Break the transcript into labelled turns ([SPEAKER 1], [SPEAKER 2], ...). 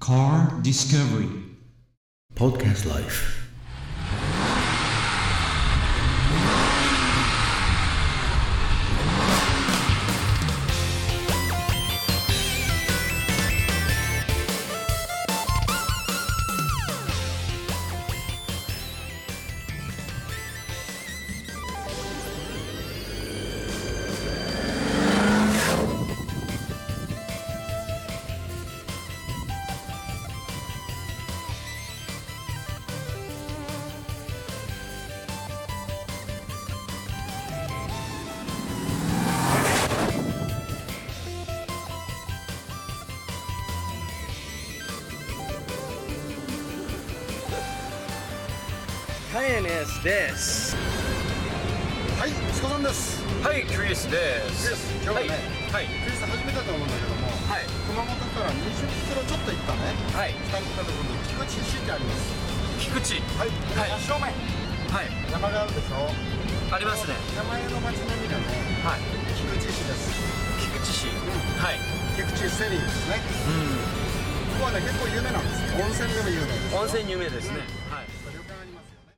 [SPEAKER 1] Car Discovery
[SPEAKER 2] Podcast Life.
[SPEAKER 3] カエネスです。
[SPEAKER 4] はい、石川さんです。
[SPEAKER 3] はい、クリスです。
[SPEAKER 4] です今日はね
[SPEAKER 3] はい、
[SPEAKER 4] クリス初めてだと思うんだけども、
[SPEAKER 3] はい
[SPEAKER 4] 熊本から20キロちょっと行ったね。
[SPEAKER 3] はい
[SPEAKER 4] 北に行ったところに菊池市ってあります。
[SPEAKER 3] 菊池。
[SPEAKER 4] はい、
[SPEAKER 3] はい
[SPEAKER 4] 八正面。
[SPEAKER 3] はい、
[SPEAKER 4] 山があるでしょ。
[SPEAKER 3] ありますね。
[SPEAKER 4] 名前の町並みがね、
[SPEAKER 3] はい、
[SPEAKER 4] 菊池市です。
[SPEAKER 3] 菊池市。はい。
[SPEAKER 4] 菊池セリーですね。ここはね、結構有名なんですよ。温泉でも有名です。
[SPEAKER 3] 温泉有名ですね。